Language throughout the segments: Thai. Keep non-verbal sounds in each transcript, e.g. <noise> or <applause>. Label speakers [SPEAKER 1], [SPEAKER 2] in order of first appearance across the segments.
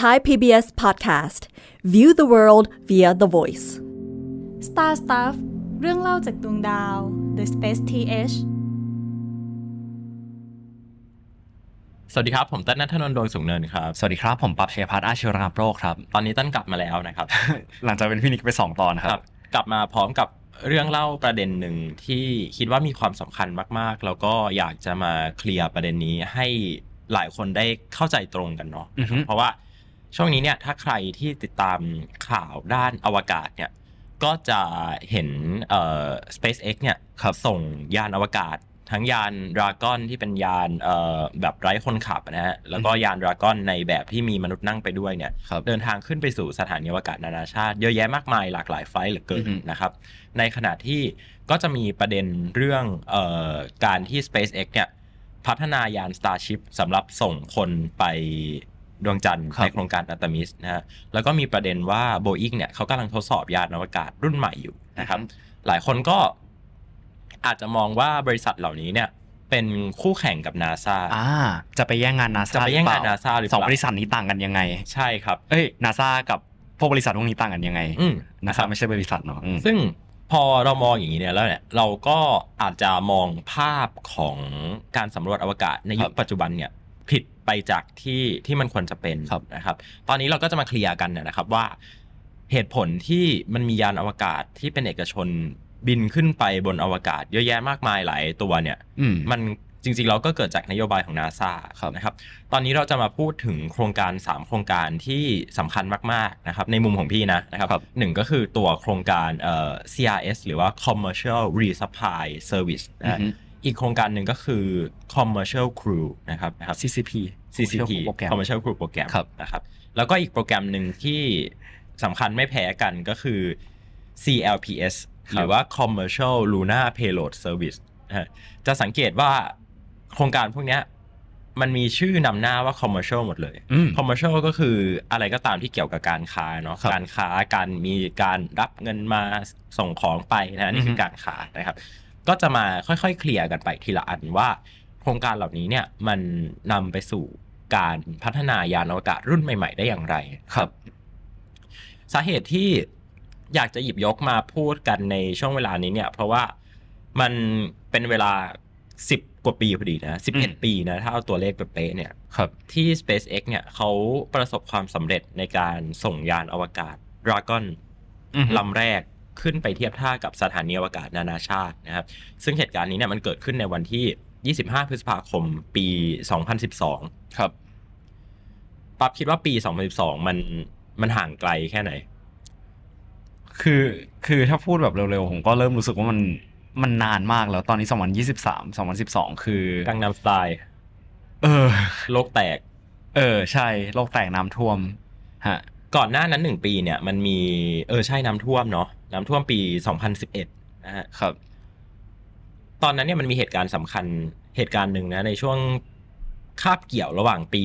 [SPEAKER 1] Thai PBS Podcast View the world via the voice
[SPEAKER 2] Star Stuff เรื่องเล่าจากดวงดาว The Space TH
[SPEAKER 3] สวัสดีครับ ผมเต้นนัทนนท์ดวงสูงเนินครับ
[SPEAKER 4] สวัสดีครับ ผมปั๊บเชยพัฒน์อาชีวรังโรคครับ
[SPEAKER 3] ตอนนี้เต้นกลับมาแล้วนะครับ
[SPEAKER 4] หลังจากเป็นพี่นิกไป 2 ตอนครับ
[SPEAKER 3] กลับมาพร้อมกับเรื่องเล่าประเด็นหนึ่งที่คิดว่ามีความสำคัญมาก ๆ แล้วก็อยากจะมาเคลียร์ประเด็นนี้ให้หลายคนได้เข้าใจตรงกันเนาะ
[SPEAKER 4] อือฮึ
[SPEAKER 3] เพราะว่าช่วงนี้เนี่ยถ้าใครที่ติดตามข่าวด้านอวกาศเนี่ยก็จะเห็นเอ่อ SpaceX เนี่ยส่งยานอวกาศ ทั้งยาน Dragon ที่เป็นยานเอ่อแบบไร้คนขับนะฮะแล้วก็ยาน Dragon ในแบบที่มีมนุษย์นั่งไปด้วยเนี่ย
[SPEAKER 4] ครับ
[SPEAKER 3] เดินทางขึ้นไปสู่สถานีอวกาศนานาชาติ เยอะแยะมากมายหลากหลายไฟล์เหลือเกิน
[SPEAKER 4] อือฮึ
[SPEAKER 3] นะครับ ในขณะที่ก็จะมีประเด็นเรื่องเออการที่ SpaceX เนี่ยพัฒนายาน Starship สำหรับส่งคนไปดวงจันทร์ในโครงการอัตมิสนะฮะแล้วก็มีประเด็นว่า Boeing เนี่ยเขากำลังทดสอบยานอวกาศรุ่นใหม่อยู่นะครับ หลายคนก็อาจจะมองว่าบริษัทเหล่านี้เนี่ยเป็นคู่แข่งกับ NASA
[SPEAKER 4] อ่า จะไปแย่งงานนาซา
[SPEAKER 3] จะไปแย่งงาน NASA หรือเป
[SPEAKER 4] ส
[SPEAKER 3] ล่า
[SPEAKER 4] องบริษัทนี้ต่างกันยังไง
[SPEAKER 3] ใช่ครับ
[SPEAKER 4] เอ้ยนาซากับพวกบริษัทพวกนี้ต่างกันยังไง
[SPEAKER 3] อืม
[SPEAKER 4] นาซาไม่ใช่บริษัทเนาะอืม
[SPEAKER 3] ซึ่งพอเรามองอย่างนี้เนี่ยแล้วเนี่ยเราก็อาจจะมองภาพของการสำรวจอวกาศในยุค
[SPEAKER 4] ครับ
[SPEAKER 3] ปัจจุบันเนี่ยผิดไปจากที่ที่มันควรจะเป็น
[SPEAKER 4] ครับ
[SPEAKER 3] นะครับ ตอนนี้เราก็จะมาเคลียร์กันเนยนะครับว่า เหตุผลที่มันมียานอวกาศที่เป็นเอกชนบินขึ้นไปบนอวกาศ เยอะแยะมากมายหลายตัวเนี่ย มันจริงๆเราก็เกิดจากนโยบายของนาซา
[SPEAKER 4] ครับ
[SPEAKER 3] นะครับ ตอนนี้เราจะมาพูดถึงโครงการ 3 โครงการที่สำคัญมากๆนะครับในมุมของพี่นะนะครับ
[SPEAKER 4] ครับ
[SPEAKER 3] หนึ่งก็คือตัวโครงการเอ่อ CRS หรือว่า Commercial Resupply Service
[SPEAKER 4] อื
[SPEAKER 3] นะ
[SPEAKER 4] อฮึ
[SPEAKER 3] อีกโครงการหนึ่งก็คือ Commercial Crew นะครับนะครับ
[SPEAKER 4] CCP
[SPEAKER 3] CCP
[SPEAKER 4] Commercial Program
[SPEAKER 3] Commercial Crew Program
[SPEAKER 4] ครับ
[SPEAKER 3] นะครับแล้วก็อีกโปรแกรมหนึ่งที่สำคัญไม่แพ้กันก็คือ CLPS หรือว่า Commercial Lunar Payload Service นะฮะจะสังเกตว่าโครงการพวกเนี้ยมันมีชื่อนำหน้าว่า Commercial หมดเลย
[SPEAKER 4] อืม
[SPEAKER 3] Commercial ก็คืออะไรก็ตามที่เกี่ยวกับการค้าเนาะ
[SPEAKER 4] ครับ
[SPEAKER 3] การค้าการมีการรับเงินมาส่งของไปนะฮะนี่คือการค้านะครับ ก็จะมาค่อยๆ เคลียร์กันไปทีละอันว่า โครงการเหล่านี้เนี่ยมันนำไปสู่การพัฒนายานอวกาศรุ่นใหม่ๆ ได้อย่างไร
[SPEAKER 4] ครับ
[SPEAKER 3] สาเหตุที่อยากจะหยิบยกมาพูดกันในช่วงเวลานี้เนี่ย เพราะว่ามันเป็นเวลา 10 กว่าปีพอดีนะ
[SPEAKER 4] อืม
[SPEAKER 3] 11 ปีนะ ถ้าเอาตัวเลขไปเป๊ะเนี่ย
[SPEAKER 4] ครับ
[SPEAKER 3] ที่ SpaceX เนี่ยเขาประสบความสำเร็จในการส่งยานอวกาศ Dragon
[SPEAKER 4] อือฮึ
[SPEAKER 3] ลำแรกขึ้นไปเทียบท่ากับสถานีอวกาศนานาชาตินะครับ ซึ่งเหตุการณ์นี้เนี่ยมันเกิดขึ้นในวันที่ 25 พฤษภาคมปี 2012
[SPEAKER 4] ครับ
[SPEAKER 3] ปั๊บคิดว่าปี 2012 มันมันห่างไกลแค่ไหน
[SPEAKER 4] คือคือถ้าพูดแบบเร็วๆ ผมก็เริ่มรู้สึกว่ามันมันนานมากแล้วตอนนี้2023 2012 คือ
[SPEAKER 3] กังนำสไตล์
[SPEAKER 4] เออ
[SPEAKER 3] โลกแตก
[SPEAKER 4] เออ ใช่โลกแตกน้ำท่วมฮะ
[SPEAKER 3] ก่อนหน้านั้นหนึ่งปีเนี่ยมันมีเออใช่น้ำท่วมเนาะน้ำท่วมปี 2011 นะฮะ
[SPEAKER 4] ครับ
[SPEAKER 3] ตอนนั้นเนี่ยมันมีเหตุการณ์สำคัญเหตุการณ์หนึ่งนะในช่วงคาบเกี่ยวระหว่างปี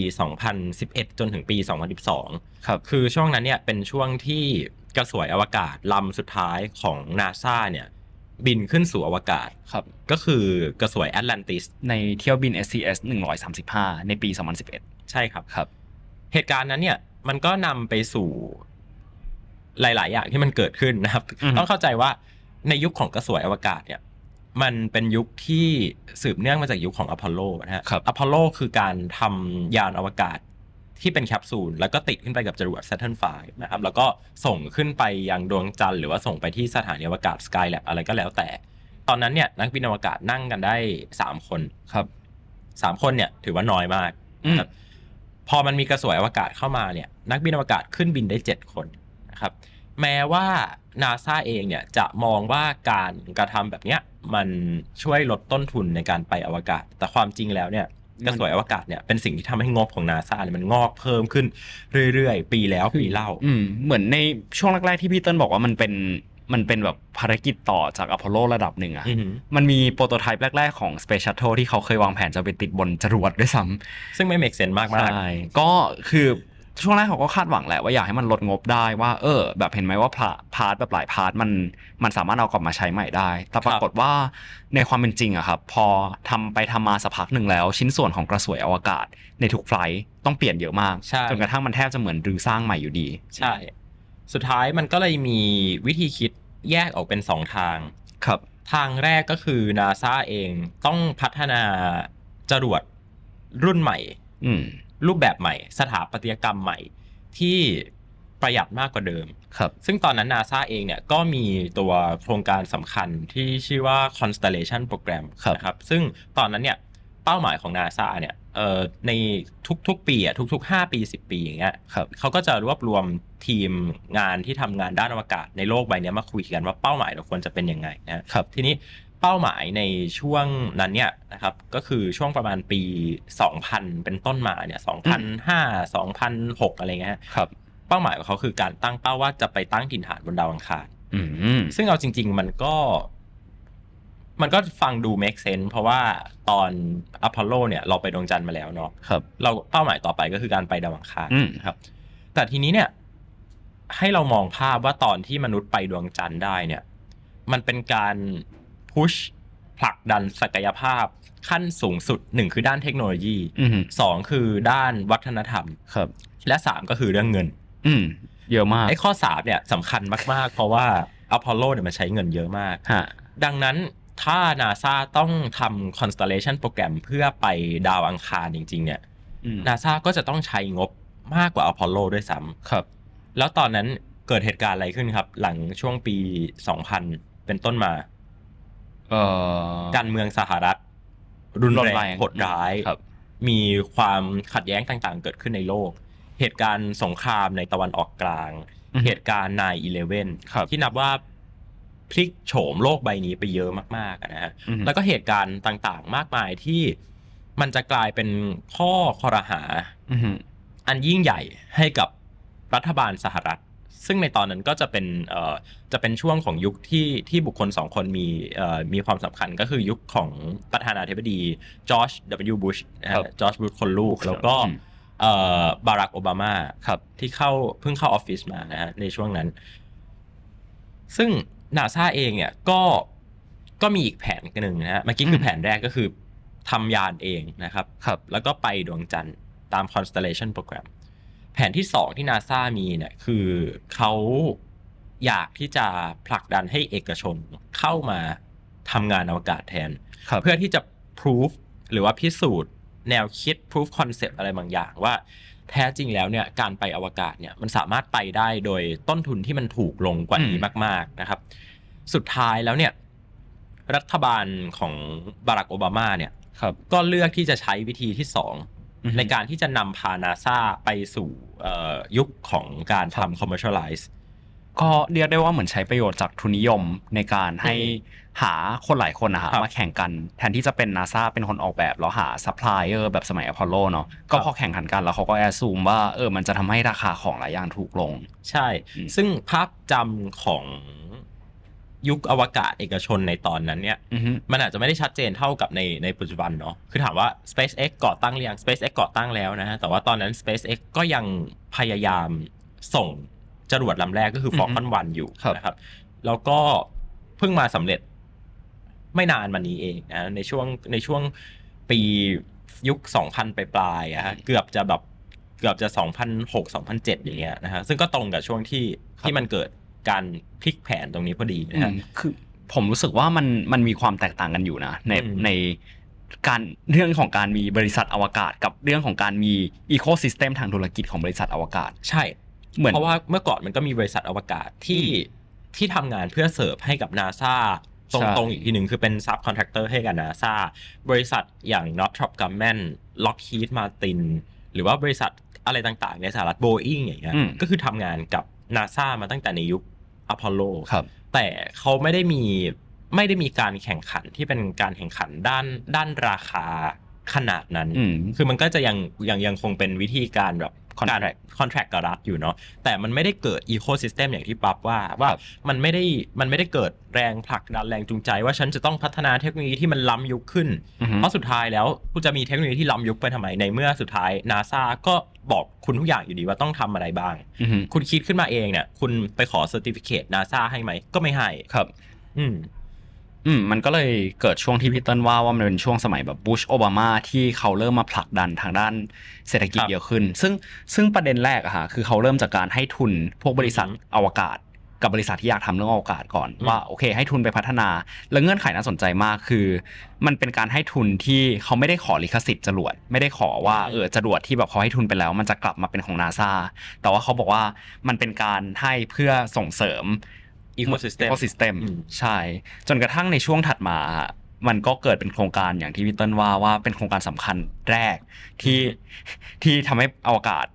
[SPEAKER 3] 2011 จนถึงปี 2012
[SPEAKER 4] ครับ
[SPEAKER 3] คือช่วงนั้นเนี่ยเป็นช่วงที่กระสวยอวกาศลำสุดท้ายของนาซาเนี่ยบินขึ้นสู่อวกาศ
[SPEAKER 4] ครับ
[SPEAKER 3] ก็คือกระสวยแอตแลนติส
[SPEAKER 4] ในเที่ยวบิน SCS 135 ในปี 2011
[SPEAKER 3] ใช่ครับ
[SPEAKER 4] ครับ
[SPEAKER 3] เหตุการณ์นั้นเนี่ยมันก็นำไปสู่หลาย ๆ อย่างที่มันเกิดขึ้นนะครับ
[SPEAKER 4] อือฮึ
[SPEAKER 3] ต้องเข้าใจว่าในยุคของกระสวยอวกาศเนี่ย มันเป็นยุคที่สืบเนื่องมาจากยุคของอพอลโลนะฮะ
[SPEAKER 4] ครับ
[SPEAKER 3] อพอลโลคือการทำยานอวกาศที่เป็นแคปซูลแล้วก็ติดขึ้นไปกับจรวด Saturn V นะครับ แล้วก็ส่งขึ้นไปยังดวงจันทร์หรือว่าส่งไปที่สถานีอวกาศ Skylab อะไรก็แล้วแต่ ตอนนั้นเนี่ยนักบินอวกาศนั่งกันได้สามคน
[SPEAKER 4] ครับ
[SPEAKER 3] สามคนเนี่ยถือว่าน้อยมาก
[SPEAKER 4] อืม
[SPEAKER 3] ครับพอมันมีกระสวยอวกาศเข้ามาเนี่ย นักบินอวกาศขึ้นบินได้เจ็ดคนนะครับ แม้ว่านาซาเองเนี่ยจะมองว่าการกระทำแบบเนี้ยมันช่วยลดต้นทุนในการไปอวกาศ แต่ความจริงแล้วเนี่ยกระสวยอวกาศเนี่ยเป็นสิ่งที่ทำให้งบของนาซาเนี่ยมันงอกเพิ่มขึ้นเรื่อยๆ ปีแล้วปีเล่า
[SPEAKER 4] อืม เหมือนในช่วงแรก ๆ ที่พี่เติ้ลบอกว่ามันเป็นมันเป็นแบบภารกิจต่อจากอพอลโลระดับหนึ่งอะ
[SPEAKER 3] อือหือ
[SPEAKER 4] มันมีโปรโตไทป์แรก ๆ ของ Space Shuttle ที่เขาเคยวางแผนจะไปติดบนจรวดด้วยซ้
[SPEAKER 3] ซึ่งไม่เมกเซนมาก
[SPEAKER 4] ำ
[SPEAKER 3] มาก
[SPEAKER 4] ก็คือ ช่วงแรกเขาก็คาดหวังแหละว่าอยากให้มันลดงบได้ว่า เออ แบบเห็นไหมว่าพาพาร์ทแบบหลายพาร์ทมันมันสามารถเอากลับมาใช้ใหม่ได้ แต่ปรากฏว่าในความเป็นจริงอะครับ พอทำไปทำมาสักพักหนึ่งแล้ว ชิ้นส่วนของกระสวยอวกาศ ในทุกไฟลท์ต้องเปลี่ยนเยอะมาก
[SPEAKER 3] ใช่
[SPEAKER 4] จนกระทั่งมันแทบจะเหมือนรื้อสร้างใหม่อยู่ดี
[SPEAKER 3] ใช่ สุดท้ายมันก็เลยมีวิธีคิดแยกออกเป็นสองทาง
[SPEAKER 4] ครับ
[SPEAKER 3] ทางแรกก็คือนาซาเองต้องพัฒนาจรวดรุ่นใหม่
[SPEAKER 4] อืม
[SPEAKER 3] รูปแบบใหม่ สถาปัตยกรรมใหม่ที่ประหยัดมากกว่าเดิม
[SPEAKER 4] ครับ
[SPEAKER 3] ซึ่งตอนนั้นนาซาเองเนี่ยก็มีตัวโครงการสำคัญที่ชื่อว่า Constellation Program นะครับ ซึ่งตอนนั้นเนี่ยเป้าหมายของนาซาเนี่ยเอ่อในทุกๆ ปีอ่ะทุก ๆ 5 ปี 10 ปีอย่างเงี้ย
[SPEAKER 4] ครับ
[SPEAKER 3] เขาก็จะรวบรวมทีมงานที่ทำงานด้านอวกาศในโลกใบเนี้ยมาคุยกันว่าเป้าหมายเราควรจะเป็นยังไงนะครับทีนี้เป้าหมายในช่วงนั้นเนี่ยนะครับก็คือช่วงประมาณปี 2000 เป็นต้นมาเนี่ย2005 2006 อะไรเงี้ยฮะ
[SPEAKER 4] ครับ
[SPEAKER 3] เป้าหมายของเขาคือการตั้งเป้าว่าจะไปตั้งถิ่นฐานบนดาวอังคาร
[SPEAKER 4] อืม
[SPEAKER 3] ซึ่งเอาจริง ๆ มันก็ มันก็ฟังดู make sense เพราะว่าตอนอพอลโลเนี่ยเราไปดวงจันทร์มาแล้วเนาะ
[SPEAKER 4] ครับ
[SPEAKER 3] เราเป้าหมายต่อไปก็คือการไปดาวอังคาร
[SPEAKER 4] อืม
[SPEAKER 3] นะครับแต่ทีนี้เนี่ยให้เรามองภาพว่าตอนที่มนุษย์ไปดวงจันทร์ได้เนี่ย มันเป็นการพุชผลักดันศักยภาพขั้นสูงสุดหนึ่งคือด้านเทคโนโลยี
[SPEAKER 4] อืม
[SPEAKER 3] สองคือด้านวัฒนธรรม
[SPEAKER 4] ครับ
[SPEAKER 3] และสามก็คือเรื่องเงิน
[SPEAKER 4] อืม เยอะมาก
[SPEAKER 3] ไอ้ข้อสามเนี่ยสำคัญมาก ๆ เพราะว่าอพอลโลเนี่ยมันใช้เงินเยอะมาก
[SPEAKER 4] ฮะ
[SPEAKER 3] ดังนั้นถ้านาซาต้องทำ constellation โปรแกรมเพื่อไปดาวอังคารจริง ๆ เนี่ย
[SPEAKER 4] อืม
[SPEAKER 3] นาซาก็จะต้องใช้งบมากกว่าอพอลโลด้วยซ้ำ
[SPEAKER 4] ครับ
[SPEAKER 3] แล้วตอนนั้นเกิดเหตุการณ์อะไรขึ้นครับ หลังช่วงปี 2000 เป็นต้นมา
[SPEAKER 4] เอ่อ
[SPEAKER 3] การเมืองสหรัฐ รุนแรงโหดร้าย
[SPEAKER 4] ครับ
[SPEAKER 3] มีความขัดแย้งต่างๆ เกิดขึ้นในโลก เหตุการณ์สงครามในตะวันออกกลาง
[SPEAKER 4] อือฮึ
[SPEAKER 3] เหตุการณ์นายอีเลเว่น
[SPEAKER 4] ครับ
[SPEAKER 3] ที่นับว่าพลิกโฉมโลกใบนี้ไปเยอะมากๆอะนะฮะ
[SPEAKER 4] อืม
[SPEAKER 3] แล้วก็เหตุการณ์ต่างๆ มากมายที่มันจะกลายเป็นข้อคอรหา
[SPEAKER 4] อืม
[SPEAKER 3] อันยิ่งใหญ่ให้กับรัฐบาลสหรัฐ ซึ่งในตอนนั้นก็จะเป็นเอ่อจะเป็นช่วงของยุคที่ที่บุคคลสองคนมีเอ่อมีความสำคัญก็คือยุคของประธานาธิบดีจอร์จ W. บุชนะ
[SPEAKER 4] ค
[SPEAKER 3] ฮะ
[SPEAKER 4] รับ
[SPEAKER 3] จอร์จบุชคนลูก แล้วก็
[SPEAKER 4] อืม
[SPEAKER 3] เอ่อบารักโอบามา
[SPEAKER 4] ครับ
[SPEAKER 3] ที่เข้าเพิ่งเข้าออฟฟิศมานะฮะในช่วงนั้น ซึ่งนาซาเองเนี่ยก็ก็มีอีกแผนหนึ่งนะฮะเมื่อกี้คือ
[SPEAKER 4] ม
[SPEAKER 3] แผนแรกก็คือทำยานเองนะครับ
[SPEAKER 4] ครับ
[SPEAKER 3] แล้วก็ไปดวงจันทร์ตาม constellation program แผนที่สองที่นาซามีเนี่ยคือเขาอยากที่จะผลักดันให้เอกชนเข้ามาทำงานอวกาศแทน
[SPEAKER 4] ครับ
[SPEAKER 3] เพื่อที่จะ proof หรือว่าพิสูจน์ แนวคิด proof concept อะไรบางอย่างว่า แท้จริงแล้วเนี่ยการไปอวกาศเนี่ยมันสามารถไปได้โดยต้นทุนที่มันถูกลงกว่านี้
[SPEAKER 4] อืม
[SPEAKER 3] มาก ๆนะครับ สุดท้ายแล้วเนี่ยรัฐบาลของบารักโอบามาเนี่ย
[SPEAKER 4] ครับ
[SPEAKER 3] ก็เลือกที่จะใช้วิธีที่สอง
[SPEAKER 4] อือฮึ
[SPEAKER 3] ในการที่จะนำพานาซาไปสู่เอ่อยุคของการ
[SPEAKER 4] ครับ
[SPEAKER 3] ทำ commercialize
[SPEAKER 4] ก็เรียกได้ว่าเหมือนใช้ประโยชน์จากทุนนิยมในการให้หาคนหลายคนนะฮะ
[SPEAKER 3] ครับ
[SPEAKER 4] มาแข่งกัน แทนที่จะเป็นนาซาเป็นคนออกแบบแล้วหาซัพพลายเออร์แบบสมัยอพอลโลเนาะก็พอแข่งขันกันแล้วเขาก็แอสซูมว่าเออมันจะทำให้ราคาของหลายอย่างถูกลง
[SPEAKER 3] ใช่
[SPEAKER 4] อืม
[SPEAKER 3] ซึ่งภาพจำของยุคอวกาศเอกชนในตอนนั้นเนี่ย
[SPEAKER 4] อือฮึ
[SPEAKER 3] มันอาจจะไม่ได้ชัดเจนเท่ากับในในปัจจุบันเนาะ คือถามว่า SpaceX ก่อตั้งหรือยัง SpaceX ก่อตั้งแล้วนะฮะ แต่ว่าตอนนั้น SpaceX ก็ยังพยายามส่งจรวดลำแรกก็คือ
[SPEAKER 4] อือฮึ
[SPEAKER 3] Falcon 1 อยู่
[SPEAKER 4] ครับ
[SPEAKER 3] นะครับ แล้วก็เพิ่งมาสำเร็จไม่นานมานี้เองนะ ในช่วงในช่วงปียุค 2000 ไปปลายๆอะฮะ เกือบจะแบบเกือบจะ 2006 2007 อย่างเงี้ยนะฮะ ซึ่งก็ตรงกับช่วงที่ที่มันเกิดการพลิกแผนตรงนี้พอดีนะฮะ
[SPEAKER 4] อืมคือผมรู้สึกว่ามันมันมีความแตกต่างกันอยู่นะใน
[SPEAKER 3] อืม
[SPEAKER 4] ในการเรื่องของการมีบริษัทอวกาศ กับเรื่องของการมีอีโคซิสเต็มทางธุรกิจของบริษัทอวกาศ
[SPEAKER 3] ใช่
[SPEAKER 4] เหมือน
[SPEAKER 3] เพราะว่าเมื่อก่อนมันก็มีบริษัทอวกาศที่ที่ทำงานเพื่อเสิร์ฟให้กับนาซาต
[SPEAKER 4] ใช่
[SPEAKER 3] รงๆอีกทีหนึ่งคือเป็นซับคอนแทคเตอร์ให้กับนาซาบริษัทอย่าง Northrop Grumman Lockheed Martin หรือว่าบริษัทอะไรต่างๆ ในสหรัฐ Boeing อย่างเงี้ย
[SPEAKER 4] อืม
[SPEAKER 3] ก็คือทำงานกับนาซามาตั้งแต่ในยุคอพอลโล
[SPEAKER 4] ครับ
[SPEAKER 3] แต่เขาไม่ได้มีไม่ได้มีการแข่งขันที่เป็นการแข่งขันด้านด้านราคาขนาดนั้น
[SPEAKER 4] อืม
[SPEAKER 3] คือมันก็จะยังยังยังคงเป็นวิธีการแบบ การ
[SPEAKER 4] Contract
[SPEAKER 3] คอนแทคกับรัฐอยู่เนาะแต่มันไม่ได้เกิดอีโคซิสเต็มอย่างที่ปั๊บว่าว่ามันไม่ได้มันไม่ได้เกิดแรงผลักดันแรงจูงใจ ว่าฉันจะต้องพัฒนาเทคโนโลยีที่มันล้ำยุคขึ้น
[SPEAKER 4] อือฮึ
[SPEAKER 3] เพราะสุดท้ายแล้วคุณจะมีเทคโนโลยีที่ล้ำยุคไปทำไม ในเมื่อสุดท้ายนาซาก็บอกคุณทุกอย่างอยู่ดีว่าต้องทำอะไรบ้าง
[SPEAKER 4] อือฮึ
[SPEAKER 3] คุณคิดขึ้นมาเองเนี่ย คุณไปขอเซอร์ติฟิเคตนาซาให้ไหม ก็ไม่ให้
[SPEAKER 4] ครับ
[SPEAKER 3] อืม
[SPEAKER 4] อืมมันก็เลยเกิดช่วงที่พี่เติ้ลว่าว่ามันเป็นช่วงสมัยแบบบุชโอบามาที่เขาเริ่มมาผลักดันทางด้านเศรษฐกิจ
[SPEAKER 3] ครับ
[SPEAKER 4] เยอะขึ้น ซึ่งซึ่งประเด็นแรกอะค่ะคือเขาเริ่มจากการให้ทุนพวกบริษัท
[SPEAKER 3] อือหื
[SPEAKER 4] อวกาศ กับบริษัทที่อยากทำเรื่องอวกาศก่อน
[SPEAKER 3] อืม
[SPEAKER 4] ว่าโอเค ให้ทุนไปพัฒนา แล้วเงื่อนไขน่าสนใจมากคือ มันเป็นการให้ทุนที่เขาไม่ได้ขอลิขสิทธิ์จรวดไม่ได้ขอว่าเออจรวดที่แบบเขาให้ทุนไปแล้ว มันจะกลับมาเป็นของนาซาแต่ว่าเขาบอกว่ามันเป็นการให้เพื่อส่งเสริม
[SPEAKER 3] Ecosystem อืม
[SPEAKER 4] ใช่ จนกระทั่งในช่วงถัดมาอะมันก็เกิดเป็นโครงการอย่างที่พี่เติ้ลว่าว่าเป็นโครงการสำคัญแรกที่ที่ทำให้อวกาศ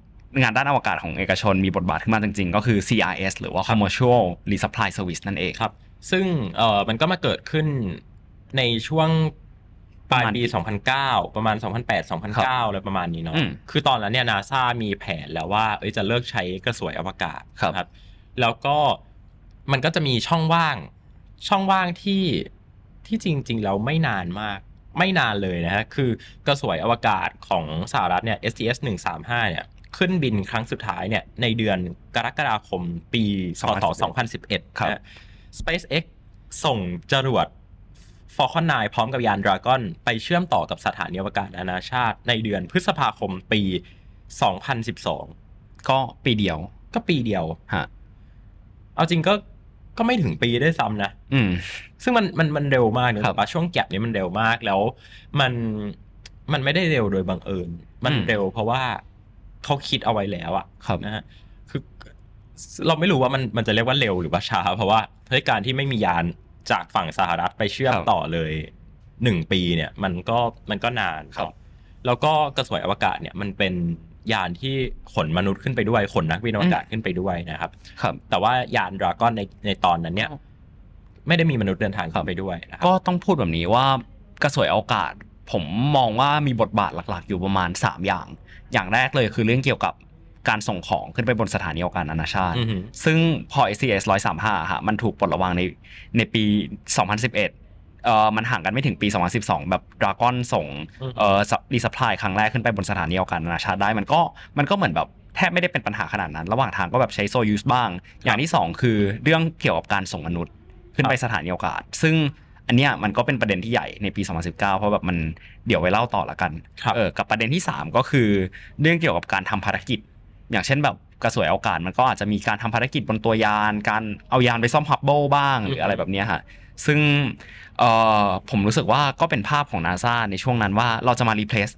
[SPEAKER 4] งานด้านอวกาศของเอกชนมีบทบาทขึ้นมาจริงๆ ก็คือ CRS หรือว่า Commercial Resupply Service นั่นเอง
[SPEAKER 3] ครับ ซึ่งเออมันก็มาเกิดขึ้นในช่วงปลายปี 2009 ประมาณ 2008 2009อะไรประมาณนี้เนาะ
[SPEAKER 4] อืม
[SPEAKER 3] คือตอนนั้นเนี่ยนาซามีแผนแล้วว่าเอ้ยจะเลิกใช้กระสวยอวกาศ
[SPEAKER 4] ครับ
[SPEAKER 3] นะครับ แล้วก็มันก็จะมีช่องว่าง ช่องว่างที่ที่จริงๆ แล้วไม่นานมาก ไม่นานเลยนะฮะ คือกระสวยอวกาศของสหรัฐเนี่ย STS 135เนี่ย ขึ้นบินครั้งสุดท้ายเนี่ยในเดือนกรกฎาคมปีพศ2011
[SPEAKER 4] ครับ
[SPEAKER 3] นะฮะ SpaceX ส่งจรวด Falcon 9 พร้อมกับยาน Dragon ไปเชื่อมต่อกับสถานีอวกาศนานาชาติ ในเดือนพฤษภาคมปี 2012
[SPEAKER 4] ก็ปีเดียว
[SPEAKER 3] ก็ปีเดียว
[SPEAKER 4] ฮะ
[SPEAKER 3] เอาจริงก็ก็ไม่ถึงปีด้วยซ้ำนะ
[SPEAKER 4] อืม
[SPEAKER 3] ซึ่งมันมันมันเร็วมากเนอะ
[SPEAKER 4] ครั
[SPEAKER 3] แต่
[SPEAKER 4] บ
[SPEAKER 3] ว่าช่วงแก็บนี้มันเร็วมากแล้วมันมันไม่ได้เร็วโดยบังเอิญ มัน
[SPEAKER 4] อืม
[SPEAKER 3] เร็วเพราะว่าเขาคิดเอาไว้แล้วอะ
[SPEAKER 4] ครับ
[SPEAKER 3] นะฮะคือเราไม่รู้ว่ามันมันจะเรียกว่าเร็วหรือว่าช้า เพราะว่าเฮ้ยการที่ไม่มียานจากฝั่งสหรัฐไปเชื่อม
[SPEAKER 4] ครับ
[SPEAKER 3] ต่อเลยหนึ่งปีเนี่ยมันก็มันก็นาน
[SPEAKER 4] ครับ
[SPEAKER 3] แล้วก็กระสวยอวกาศเนี่ยมันเป็นยานที่ขนมนุษย์ขึ้นไปด้วยขนนักวินอวกาศขึ้นไปด้วยนะครับ
[SPEAKER 4] ครับ
[SPEAKER 3] แต่ว่ายานดราก้อนในในตอนนั้นเนี่ย ไม่ได้มีมนุษย์เดินทางขึ้นไปด้วยนะครับ
[SPEAKER 4] ก็ต้องพูดแบบนี้ว่ากระสวยอวกาศ ผมมองว่ามีบทบาทหลักๆ อยู่ประมาณ 3 อย่าง อย่างแรกเลยคือเรื่องเกี่ยวกับการส่งของขึ้นไปบนสถานีอวกาศนานาชาติ
[SPEAKER 3] อือฮึ
[SPEAKER 4] ซึ่งพอ SCS 135ฮะมันถูกปลดระวางในในปี 2011เอ่อมันห่างกันไม่ถึงปี 2012 แบบดราก้อนส่ง
[SPEAKER 3] อืม
[SPEAKER 4] เอ่อรีสปายครั้งแรกขึ้นไปบนสถานีอวกาศนานาชาติได้ มันก็มันก็เหมือนแบบแทบไม่ได้เป็นปัญหาขนาดนั้น ระหว่างทางก็แบบใช้โซยูสบ้าง อย่างที่สองคือเรื่องเกี่ยวกับการส่งมนุษย์ ขึ้นไปสถานีอวกาศ ซึ่งอันเนี้ยมันก็เป็นประเด็นที่ใหญ่ในปี 2019 เพราะแบบมันเดี๋ยวไว้เล่าต่อละกัน
[SPEAKER 3] ครับ
[SPEAKER 4] เออกับประเด็นที่ 3 ก็คือ เรื่องเกี่ยวกับการทำภารกิจ อย่างเช่นแบบกระสวยอวกาศมันก็อาจจะมีการทำภารกิจบนตัวยาน การเอายานไปซ่อมฮับเบิลบ้าง หรืออะไรแบบเนี้ยฮะซึ่งเอ่อผมรู้สึกว่าก็เป็นภาพของนาซาในช่วงนั้นว่าเราจะมารีเพลซ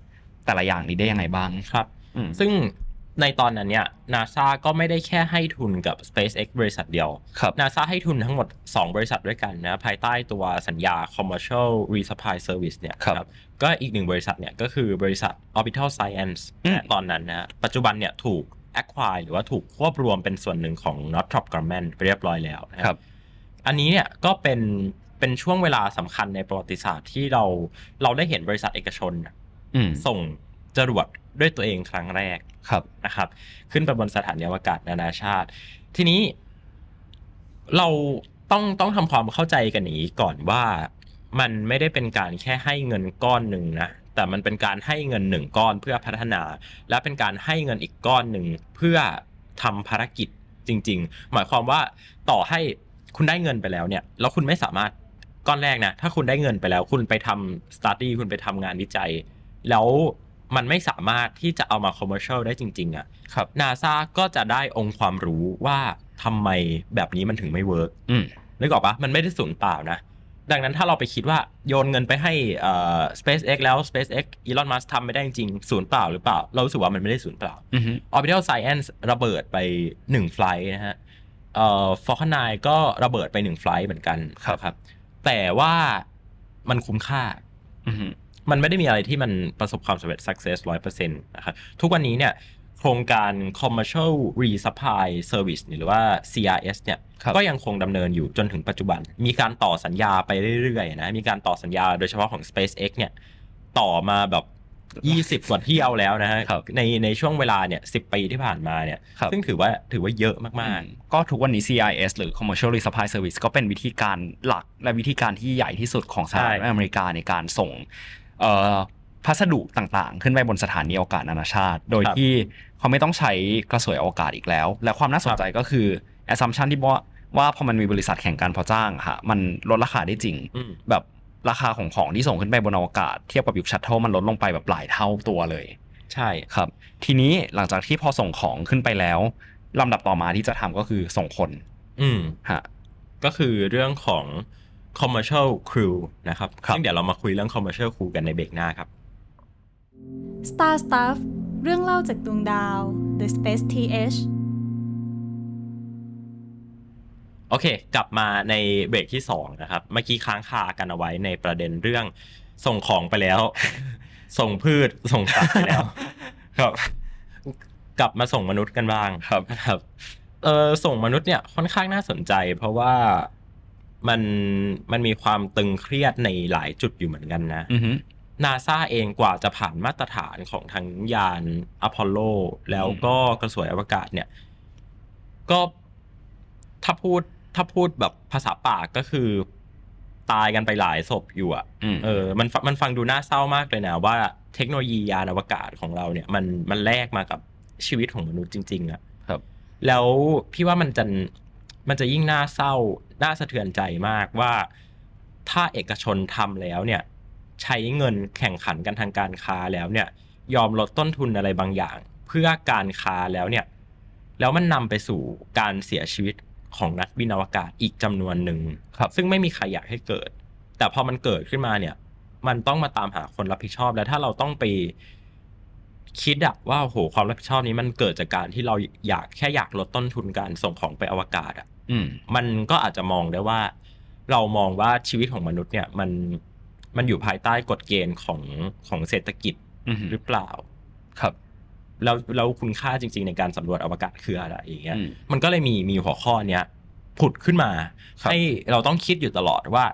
[SPEAKER 4] แต่ละอย่างนี้ได้ยังไงบ้าง
[SPEAKER 3] ครับ
[SPEAKER 4] อืม
[SPEAKER 3] ซึ่งในตอนนั้นเนี่ยนาซาก็ไม่ได้แค่ให้ทุนกับ SpaceX บริษัทเดียว
[SPEAKER 4] ครับ
[SPEAKER 3] นาซาให้ทุนทั้งหมด 2 บริษัทด้วยกันนะภายใต้ตัวสัญญา Commercial Resupply Service เนี่ย
[SPEAKER 4] ครับ
[SPEAKER 3] ก็อีกหนึ่งบริษัทเนี่ยก็คือบริษัท Orbital Science
[SPEAKER 4] อืม
[SPEAKER 3] นะตอนนั้นนะปัจจุบันเนี่ยถูก acquire หรือว่าถูกควบรวมเป็นส่วนหนึ่งของ Northrop Grumman ไปเรียบร้อยแล้วนะ
[SPEAKER 4] ครับ
[SPEAKER 3] อันนี้เนี่ยก็เป็นเป็นช่วงเวลาสำคัญในประวัติศาสตร์ที่เราเราได้เห็นบริษัทเอกชนน่ะ
[SPEAKER 4] อืม
[SPEAKER 3] ส่งจรวดด้วยตัวเองครั้งแรก
[SPEAKER 4] ครับ
[SPEAKER 3] นะครับขึ้นไปบนสถานีอวกาศนานาชาติ ทีนี้เราต้องต้องทำความเข้าใจกันอย่างนี้ก่อนว่ามันไม่ได้เป็นการแค่ให้เงินก้อนหนึ่งนะแต่มันเป็นการให้เงินหนึ่งก้อนเพื่อพัฒนา และเป็นการให้เงินอีกก้อนหนึ่งเพื่อทำภารกิจจริง ๆ หมายความว่าต่อให้คุณได้เงินไปแล้วเนี่ยแล้วคุณไม่สามารถก้อนแรกนะถ้าคุณได้เงินไปแล้ว คุณไปทำสตาร์ดี้คุณไปทำงานวิจัย แล้วมันไม่สามารถที่จะเอามาคอมเมอร์เชลได้จริงๆอะ
[SPEAKER 4] ครับ
[SPEAKER 3] นาซาก็จะได้องค์ความรู้ว่าทำไมแบบนี้มันถึงไม่เวิร์ก
[SPEAKER 4] อืม
[SPEAKER 3] นึกออกปะมันไม่ได้สูญเปล่านะ ดังนั้นถ้าเราไปคิดว่าโยนเงินไปให้เอ่อ SpaceX แล้ว SpaceX Elon Musk ทำไม่ได้จริงๆศูนย์เปล่าหรือเปล่า เรารู้สึกว่ามันไม่ได้ศูนย์เปล่า
[SPEAKER 4] อืม
[SPEAKER 3] Orbital Science ระเบิดไป1ไฟล์นะฮะเอ่อ Falcon 9ก็ระเบิดไป1ไฟล์เหมือนกัน
[SPEAKER 4] ครับ
[SPEAKER 3] นะแต่ว่ามันคุ้มค่า
[SPEAKER 4] อืม
[SPEAKER 3] มันไม่ได้มีอะไรที่มันประสบความสำเร็จ success 100%นะครับทุกวันนี้เนี่ยโครงการ commercial resupply service เนี่ยหรือว่า CRS เนี่ย
[SPEAKER 4] ครับ
[SPEAKER 3] ก็ยังคงดำเนินอยู่จนถึงปัจจุบัน มีการต่อสัญญาไปเรื่อยๆนะมีการต่อสัญญาโดยเฉพาะของ SpaceX เนี่ยต่อมาแบบ 20 กว่าเที่ยวแล้วนะฮะ
[SPEAKER 4] ครับ
[SPEAKER 3] ในในช่วงเวลาเนี่ยสิปีที่ผ่านมาเนี่ย
[SPEAKER 4] ครับ
[SPEAKER 3] ซึ่งถือว่าถือว่าเยอะมาก
[SPEAKER 4] ก็ทุกวันนี้ CIS หรือ Commercial Resupply Service ก็เป็นวิธีการหลักและวิธีการที่ใหญ่ที่สุดของสหรัฐ
[SPEAKER 3] ใช่
[SPEAKER 4] อเมริกาในการส่งเอ่อพัสดุต่างๆ ขึ้นไปบนสถานีอวกาศนานาชาติ โดยที่เขาไม่ต้องใช้กระสวยอวกาศอีกแล้ว และความน่าสนใจก็คือ assumption ที่ว่าว่าพอมันมีบริษัทแข่งกันพอจ้างอะค่ะมันลดราคาได้จริง
[SPEAKER 3] ๆอืม
[SPEAKER 4] แบบราคาของของที่ส่งขึ้นไปบนอวกาศเทียบกับยุคชัตเทิลมันลดลงไปแบบหลายเท่าตัวเลย
[SPEAKER 3] ใช่
[SPEAKER 4] ครับทีนี้หลังจากที่พอส่งของขึ้นไปแล้วลำดับต่อมาที่จะทำก็คือส่งคน
[SPEAKER 3] อืม
[SPEAKER 4] ฮะ
[SPEAKER 3] ก็คือเรื่องของ commercial crew นะครับ
[SPEAKER 4] ครับ
[SPEAKER 3] ซึ่งเดี๋ยวเรามาคุยเรื่อง commercial crew กันในเบรกหน้าครับ
[SPEAKER 2] Star Stuff เรื่องเล่าจากดวงดาว The Space TH
[SPEAKER 3] โอเค กลับมาในเบรกที่ 2 นะครับ เมื่อกี้ค้างคากันเอาไว้ในประเด็นเรื่องส่งของไป
[SPEAKER 4] <laughs>
[SPEAKER 3] แล้ว ส่งพืช ส่งสัตว์ไปแล้ว
[SPEAKER 4] ครับ
[SPEAKER 3] กลับมาส่งมนุษย์กันบ้าง
[SPEAKER 4] ครับ
[SPEAKER 3] ครับเออส่งมนุษย์เนี่ยค่อนข้างน่าสนใจ เพราะว่ามันมันมีความตึงเครียดในหลายจุดอยู่เหมือนกันนะ
[SPEAKER 4] อือฮึ
[SPEAKER 3] นาซาเองกว่าจะผ่านมาตรฐานของทางยานอพอลโล แล้วก็กระสวยอวกาศเนี่ย ก็ถ้าพูดถ้าพูดแบบภาษาปากก็คือตายกันไปหลายศพอยู่อะ
[SPEAKER 4] อืม
[SPEAKER 3] เออมันฟังมันฟังดูน่าเศร้ามากเลยนะ ว่าเทคโนโลยียานอวกาศของเราเนี่ย มันมันแลกมากับชีวิตของมนุษย์จริง ๆอะ
[SPEAKER 4] ครับ
[SPEAKER 3] แล้วพี่ว่ามันจะมันจะยิ่งน่าเศร้า น่าสะเทือนใจมากว่าถ้าเอกชนทำแล้วเนี่ย ใช้เงินแข่งขันกันทางการค้าแล้วเนี่ย ยอมลดต้นทุนอะไรบางอย่าง เพื่อการค้าแล้วเนี่ย แล้วมันนำไปสู่การเสียชีวิตของนักบินอวกาศอีกจำนวนหนึ่ง
[SPEAKER 4] ครับ
[SPEAKER 3] ซึ่งไม่มีใครอยากให้เกิด แต่พอมันเกิดขึ้นมาเนี่ย มันต้องมาตามหาคนรับผิดชอบแล้วถ้าเราต้องไปคิดอะว่าโอ้โหความรับผิดชอบนี้มันเกิดจากการที่เราอยากแค่อยากลดต้นทุนการส่งของไปอวกาศอะ
[SPEAKER 4] อืม
[SPEAKER 3] มันก็อาจจะมองได้ว่า เรามองว่าชีวิตของมนุษย์เนี่ย มันมันอยู่ภายใต้กฎเกณฑ์ของของเศรษฐกิจ
[SPEAKER 4] อือฮึ
[SPEAKER 3] หรือเปล่า
[SPEAKER 4] ครับ
[SPEAKER 3] แล้วแล้วคุณค่าจริง ๆ ในการสำรวจอวกาศคืออะไรอย่างเงี้ย
[SPEAKER 4] อืม
[SPEAKER 3] มันก็เลยมีมีหัวข้อเนี้ยผุดขึ้นมา
[SPEAKER 4] ครับ
[SPEAKER 3] ให้เราต้องคิดอยู่ตลอดว่า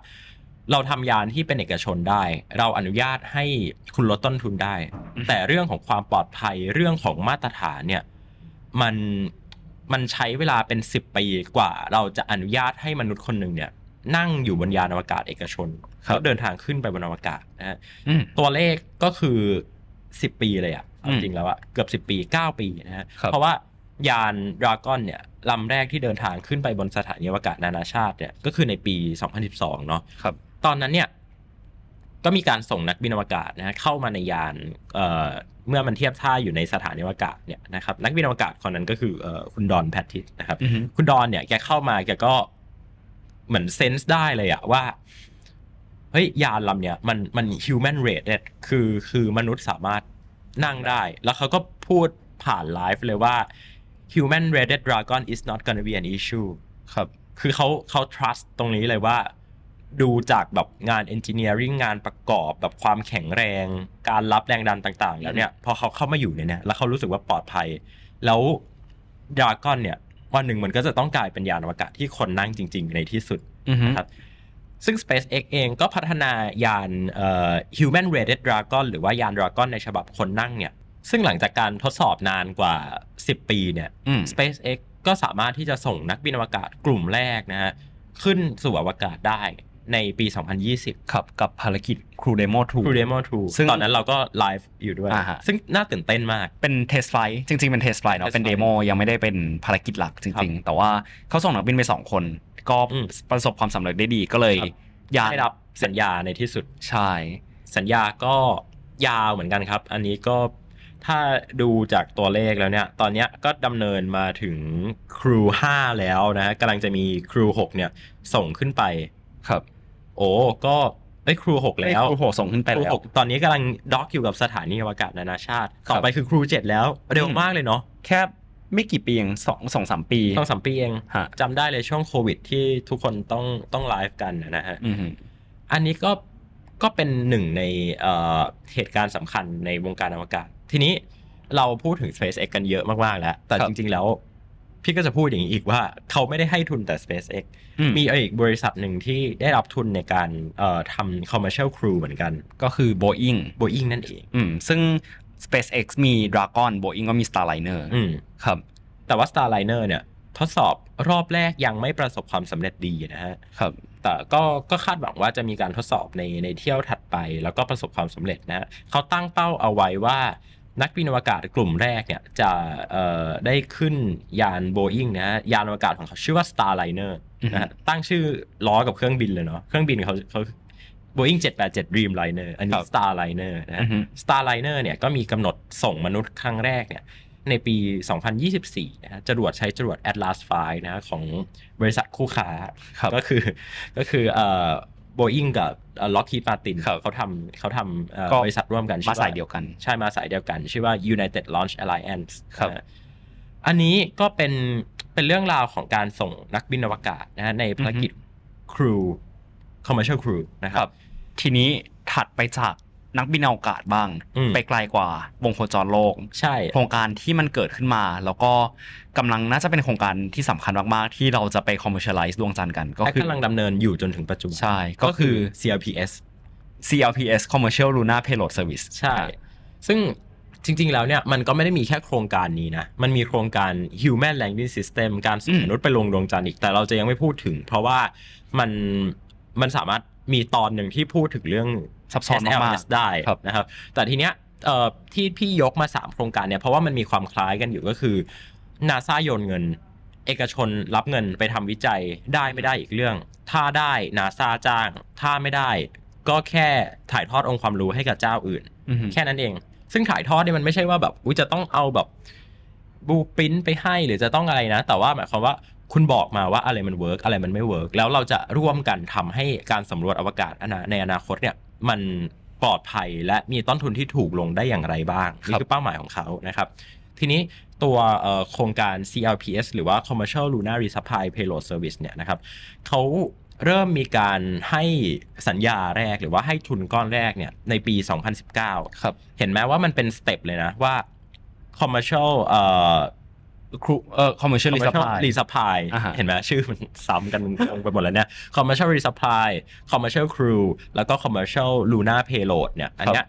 [SPEAKER 3] เราทำยานที่เป็นเอกชนได้ เราอนุญาตให้คุณลดต้นทุนได้ แต่เรื่องของความปลอดภัยเรื่องของมาตรฐานเนี่ยมันมันใช้เวลาเป็น 10 ปีกว่า เราจะอนุญาตให้มนุษย์คนหนึ่งเนี่ยนั่งอยู่บนยานอวกาศเอกชน
[SPEAKER 4] ครับ
[SPEAKER 3] แล้วเดินทางขึ้นไปบนอวกาศนะฮะ
[SPEAKER 4] อืม
[SPEAKER 3] ตัวเลขก็คือ 10 ปีเลยอะเอา
[SPEAKER 4] อืม
[SPEAKER 3] จริงแล้วอะเกือบ 10 ปี 9 ปีนะฮะ
[SPEAKER 4] ครับ
[SPEAKER 3] เพราะว่ายานดราก้อนเนี่ยลำแรกที่เดินทางขึ้นไปบนสถานีอวกาศนานาชาติเนี่ยก็คือในปี 2012 เนาะ
[SPEAKER 4] ครับ
[SPEAKER 3] ตอนนั้นเนี่ยก็มีการส่งนักบินอวกาศนะฮะเข้ามาในยานเอ่อเมื่อมันเทียบท่าอยู่ในสถานีอวกาศเนี่ยนะครับนักบินอวกาศคนนั้นก็คือเอ่อคุณดอนแพทติสนะครับ
[SPEAKER 4] อือฮึ
[SPEAKER 3] คุณดอนเนี่ยแกเข้ามาแกก็เหมือนเซนส์ได้เลยอะว่า เฮ้ย ยานลำเนี่ยมันมัน human rated คือคือมนุษย์สามารถนั่งได้ แล้วเขาก็พูดผ่านไลฟ์เลยว่า human rated dragon is not gonna be an issue
[SPEAKER 4] ครับ
[SPEAKER 3] คือเขาเขา trust ตรงนี้เลยว่า ดูจากแบบงาน engineering งานประกอบแบบความแข็งแรง การรับแรงดันต่าง ๆ แล้วเนี่ย พอเขาเข้ามาอยู่ในเนี่ยแล้วเขารู้สึกว่าปลอดภัย แล้วดราก้อนเนี่ย วันหนึ่งมันก็จะต้องกลายเป็นยานอวกาศที่คนนั่งจริง ๆ ในที่สุด
[SPEAKER 4] อือฮึ
[SPEAKER 3] นะครับซึ่ง SpaceX เองก็พัฒนายานเอ่อ Human Rated Dragon หรือว่ายาน Dragon ในฉบับคนนั่งเนี่ย ซึ่งหลังจากการทดสอบนานกว่า 10 ปีเนี่ย
[SPEAKER 4] อืม
[SPEAKER 3] SpaceX ก็สามารถที่จะส่งนักบินอวกาศกลุ่มแรกนะฮะขึ้นสู่อวกาศได้ในปี 2020
[SPEAKER 4] ครับกับภารกิจ Crew Demo 2
[SPEAKER 3] Crew Demo 2
[SPEAKER 4] ซึ่ง
[SPEAKER 3] ตอนนั้นเราก็ไลฟ์อยู่ด้วย
[SPEAKER 4] อ่าฮะ
[SPEAKER 3] ซึ่งน่าตื่นเต้นมาก
[SPEAKER 4] เป็นเทสไฟจริง ๆ เป็นเทสไฟเนาะ
[SPEAKER 3] test
[SPEAKER 4] เป็นเด
[SPEAKER 3] flight
[SPEAKER 4] โมยังไม่ได้เป็นภารกิจหลักจริง ๆ แต่ว่าเขาส่งนักบินไปสองคน ก็
[SPEAKER 3] อืม
[SPEAKER 4] ประสบความสำเร็จได้ดีก็เลย
[SPEAKER 3] ครับ
[SPEAKER 4] ยาน
[SPEAKER 3] ได้รับสัญญาในที่สุด
[SPEAKER 4] ใช่
[SPEAKER 3] สัญญาก็ยาวเหมือนกันครับ อันนี้ก็ถ้าดูจากตัวเลขแล้วเนี่ย ตอนเนี้ยก็ดำเนินมาถึงครู5แล้วนะฮะกำลังจะมีครู6เนี่ยส่งขึ้นไป
[SPEAKER 4] ครับ
[SPEAKER 3] โอ้ก็ไอ้ยครู6แล้ว
[SPEAKER 4] ครูโหส่งขึ้นไป
[SPEAKER 3] ครู
[SPEAKER 4] แล้ว
[SPEAKER 3] หกตอนนี้กำลังด็อกอยู่กับสถานีอวกาศนานาชาติ
[SPEAKER 4] ค
[SPEAKER 3] ต่
[SPEAKER 4] รับ
[SPEAKER 3] อไปคือครู7แล้ว เร็วมากเลยเนาะ
[SPEAKER 4] แค่ไม่กี่ปีเองสองสองสามปี
[SPEAKER 3] สองสามปีเอง
[SPEAKER 4] ฮะ
[SPEAKER 3] จำได้เลยช่วงโควิดที่ทุกคนต้องต้องไลฟ์กันนะฮะ
[SPEAKER 4] อือฮึ
[SPEAKER 3] อันนี้ก็ก็เป็นหนึ่งในเอ่อเหตุการณ์สำคัญในวงการอวกาศ ทีนี้เราพูดถึง SpaceX กันเยอะมาก ๆ แล้ว แต่
[SPEAKER 4] ครับ
[SPEAKER 3] จริง ๆ แล้ว พี่ก็จะพูดอย่างนี้อีกว่าเขาไม่ได้ให้ทุนแต่ SpaceX
[SPEAKER 4] อื
[SPEAKER 3] มีอีกบริษัทหนึ่งที่ได้รับทุนในการเอ่อทำ commercial crew เหมือนกัน
[SPEAKER 4] ก็คือ Boeing
[SPEAKER 3] Boeing นั่นเอง
[SPEAKER 4] อืมซึ่ง SpaceX มี Dragon Boeing ก็มี Starliner
[SPEAKER 3] อืม
[SPEAKER 4] ครับ
[SPEAKER 3] แต่ว่า Starliner เนี่ย ทดสอบรอบแรกยังไม่ประสบความสำเร็จดีนะฮะ
[SPEAKER 4] ครับ
[SPEAKER 3] แต่ก็ก็คาดหวังว่าจะมีการทดสอบในในเที่ยวถัดไป แล้วก็ประสบความสำเร็จนะฮะเขาตั้งเป้าเอาไว้ว่า นักบินอวกาศกลุ่มแรกเนี่ยจะเอ่อได้ขึ้นยานโบอิงนะฮะยานอวกาศของเขาชื่อว่า Starliner นะฮะตั้งชื่อล้อกับเครื่องบินเลยเนาะเครื่องบินเขาเขาโบอิง787 Dreamliner อันนี้
[SPEAKER 4] ครับ
[SPEAKER 3] Starliner นะ
[SPEAKER 4] อื
[SPEAKER 3] ฮะ
[SPEAKER 4] อฮึ
[SPEAKER 3] Starliner เนี่ยก็มีกำหนดส่งมนุษย์ครั้งแรกเนี่ยในปี 2024 นะฮะจรวดใช้จรวด Atlas V นะฮะของบริษัทคู่ค้า
[SPEAKER 4] ครับ
[SPEAKER 3] ก็คือก็คือเอ่อโบอิงกับล็อกฮีมาติน
[SPEAKER 4] ครับ
[SPEAKER 3] เขาทำเขาทำเอ่อ
[SPEAKER 4] ก็
[SPEAKER 3] บริษัทร่วมกันชื่
[SPEAKER 4] มา
[SPEAKER 3] อ
[SPEAKER 4] สายเดียวกัน
[SPEAKER 3] ใช่มาสายเดียวกัน ชื่อว่า United Launch Alliance
[SPEAKER 4] ครับ
[SPEAKER 3] นะฮะอันนี้ก็เป็นเป็นเรื่องราวของการส่งนักบินอวกาศนะฮะในภารกิจ Crew Commercial Crew นะค
[SPEAKER 4] ค
[SPEAKER 3] รั
[SPEAKER 4] รับ บ ทีนี้ถัดไปจากนักบินอวกาศบ้าง
[SPEAKER 3] อืม
[SPEAKER 4] ไปไกลกว่าวงโคจรโลก
[SPEAKER 3] ใช่
[SPEAKER 4] โครงการที่มันเกิดขึ้นมา แล้วก็กำลังน่าจะเป็นโครงการที่สำคัญมาก ๆ ที่เราจะไป commercialize ดวงจันทร์กันก็คือก
[SPEAKER 3] และำลังดำเนินอยู่จนถึงปัจจุบัน
[SPEAKER 4] ใช่ก็คือ
[SPEAKER 3] CRPS
[SPEAKER 4] CLPS Commercial Lunar Payload Service
[SPEAKER 3] ใช่ ซึ่งจริงๆ แล้วเนี่ยมันก็ไม่ได้มีแค่โครงการนี้นะ มันมีโครงการ Human Landing System การส่งมนุษย์ไปลงดวงจันทร์อีก แต่เราจะยังไม่พูดถึง เพราะว่ามันมันสามารถมีตอนหนึ่งที่พูดถึงเรื่อง
[SPEAKER 4] ซับซ้อนมาก
[SPEAKER 3] SLS ได้
[SPEAKER 4] ครับ
[SPEAKER 3] นะครับ แต่ทีเนี้ยเอ่อที่พี่ยกมา 3 โครงการเนี่ยเพราะว่ามันมีความคล้ายกันอยู่ก็คือนาซาโยนเงิน เอกชนรับเงินไปทำวิจัยได้ไม่ได้อีกเรื่อง ถ้าได้นาซาจ้าง ถ้าไม่ได้ ก็แค่ถ่ายทอดองค์ความรู้ให้กับเจ้าอื่น
[SPEAKER 4] ๆอือฮึ
[SPEAKER 3] แค่นั้นเอง ซึ่งถ่ายทอดเนี่ยมันไม่ใช่ว่าแบบอุยจะต้องเอาแบบบูปริ้นไปให้หรือจะต้องอะไรนะ แต่ว่าหมายความว่าคุณบอกมาว่าอะไรมันเวิร์กอะไรมันไม่เวิร์กแล้วเราจะร่วมกันทำให้การสำรวจอวกาศอนาในอนาคตเนี่ยมันปลอดภัยและมีต้นทุนที่ถูกลงได้อย่างไรบ้าง นี่
[SPEAKER 4] ครับ
[SPEAKER 3] คือเป้าหมายของเขานะครับ ทีนี้ตัวเอ่อโครงการ CLPS หรือว่า Commercial Lunar Resupply Payload Service เนี่ยนะครับ เขาเริ่มมีการให้สัญญาแรกหรือว่าให้ทุนก้อนแรกเนี่ยในปี 2019
[SPEAKER 4] ครับ
[SPEAKER 3] เห็นไหมว่ามันเป็นสเต็ปเลยนะว่า commercial เอ่อ crew
[SPEAKER 4] เออ commercial resupply
[SPEAKER 3] resupply
[SPEAKER 4] อ่าฮะ
[SPEAKER 3] เห็นไหมชื่อมันซ้ำกันตรงไปหมดแล้วเนี่ย commercial resupply commercial crew แล้วก็ commercial luna payload เนี่ยอันเนี้ย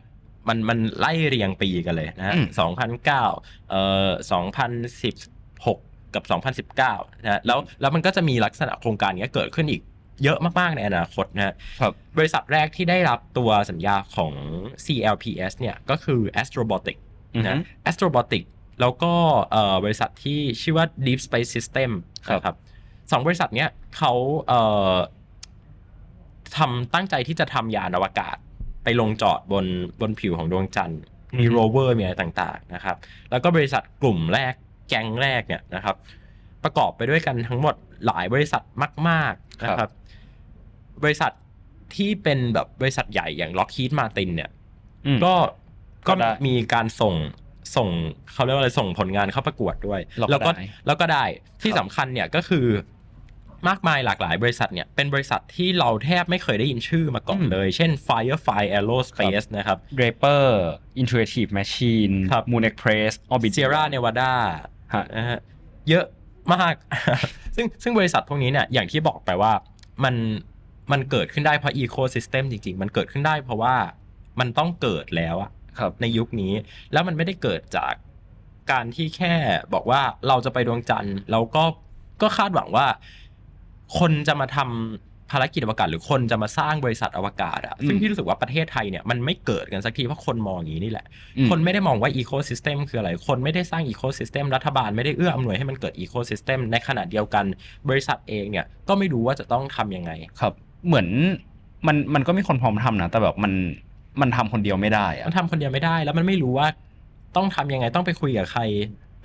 [SPEAKER 3] มันมันไล่เรียงปีกันเลยนะฮะ
[SPEAKER 4] อืม
[SPEAKER 3] สองพันเก้าเอ่อสองพันสิบหกกับ 2019นะฮะแล้วแล้วมันก็จะมีลักษณะโครงการเนี้ยเกิดขึ้นอีกเยอะมากๆในอนาคตนะฮะ
[SPEAKER 4] ครับ
[SPEAKER 3] บริษัทแรกที่ได้รับตัวสัญญาของ CLPS เนี่ยก็คือ Astrobotic นะ Astrobotic แล้วก็เอ่อบริษัทที่ชื่อว่า Deep Space System
[SPEAKER 4] ครับ
[SPEAKER 3] นะครับสองบริษัทเนี้ยเขาเอ่อทำตั้งใจที่จะทำยานอวกาศไปลงจอดบนบนผิวของดวงจันทร์ มีโรเวอร์มีอะไรต่างๆนะครับ แล้วก็บริษัทกลุ่มแรกแก๊งแรกเนี่ยนะครับ ประกอบไปด้วยกันทั้งหมดหลายบริษัทมาก ๆ นะครับ บริษัทที่เป็นแบบบริษัทใหญ่อย่างล็อกฮีดมาตินเนี่ย
[SPEAKER 4] อืม
[SPEAKER 3] ก็ก็
[SPEAKER 4] ได้
[SPEAKER 3] มีการส่งส่งเขาเรียกว่าอะไรส่งผลงานเข้าประกวดด้วย
[SPEAKER 4] แล้
[SPEAKER 3] แล้ว ว
[SPEAKER 4] ก็
[SPEAKER 3] ก็
[SPEAKER 4] ได้
[SPEAKER 3] แล้วก็ได้ที่สำคัญเนี่ยก็คือมากมายหลากหลายบริษัทเนี่ยเป็นบริษัทที่เราแทบไม่เคยได้ยินชื่อมาก่อนเลย เช่น Firefly Aerospace นะครับ
[SPEAKER 4] Draper Intuitive Machine
[SPEAKER 3] ครับ
[SPEAKER 4] Moon Express Orbit
[SPEAKER 3] Sierra Nevada
[SPEAKER 4] ฮะ
[SPEAKER 3] นะฮะเยอะมาก <laughs> ซึ่งซึ่งบริษัทพวกนี้เนี่ยอย่างที่บอกไปว่ามันมันเกิดขึ้นได้เพราะอีโค y ิสเต็มจริง ๆ มันเกิดขึ้นได้เพราะว่ามันต้องเกิดแล้วอะ
[SPEAKER 4] ครับ
[SPEAKER 3] ในยุคนี้แล้วมันไม่ได้เกิดจากการที่แค่บอกว่าเราจะไปดวงจันทร์แล้วก็ก็คาดหวังว่า คนจะมาทำภารกิจอวกาศ หรือคนจะมาสร้างบริษัทอวกาศอะ
[SPEAKER 4] อืม
[SPEAKER 3] ซึ่งพี่รู้สึกว่าประเทศไทยเนี่ยมันไม่เกิดกันสักทีเพราะคนมองอย่างนี้นี่แหละ
[SPEAKER 4] อืม
[SPEAKER 3] คนไม่ได้มองว่าอีโค y ิสเต็มคืออะไร คนไม่ได้สร้างอีโค y ิสเต็มรัฐบาลไม่ได้เอื้ออำนวยให้มันเกิดอีโค y ิสเต็มในขณะเดียวกัน บริษัทเองเนี่ยก็ไม่รู้ว่าจะต้องทำยังไง
[SPEAKER 4] ครับเหมือนมันมันก็มีคนพร้อมทำนะ แต่แบบมันมันทำคนเดียวไม่ได้อะ
[SPEAKER 3] มันทำคนเดียวไม่ได้แล้วมันไม่รู้ว่าต้องทำยังไงต้องไปคุยกับใคร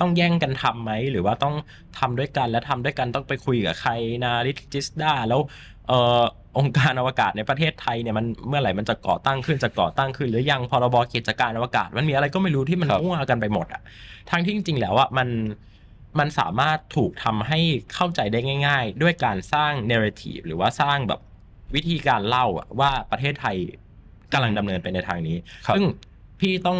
[SPEAKER 3] ต้องแย่งกันทำไหมหรือว่าต้องทำด้วยกันและทำด้วยกันต้องไปคุยกับใครนาริจิสดาแล้วเอ่อองค์การอวกาศในประเทศไทยเนี่ยมันเมื่อไหร่มันจะก่อตั้งขึ้นจะก่อตั้งขึ้น หรือยังพรบกิจการอวกาศ มันมีอะไรก็ไม่รู้ที่มันมั่วกันไปหมดอ่ะทั้งที่จริงๆแล้วอ่ะมันมันสามารถถูกทำให้เข้าใจได้ง่าย ๆ ด้วยการสร้างเนื้อทีหรือว่าสร้างแบบวิธีการเล่าอะว่าประเทศไทยกำลังดำเนินไปในทางนี้
[SPEAKER 4] ครับ
[SPEAKER 3] ซึ่งพี่ต้อง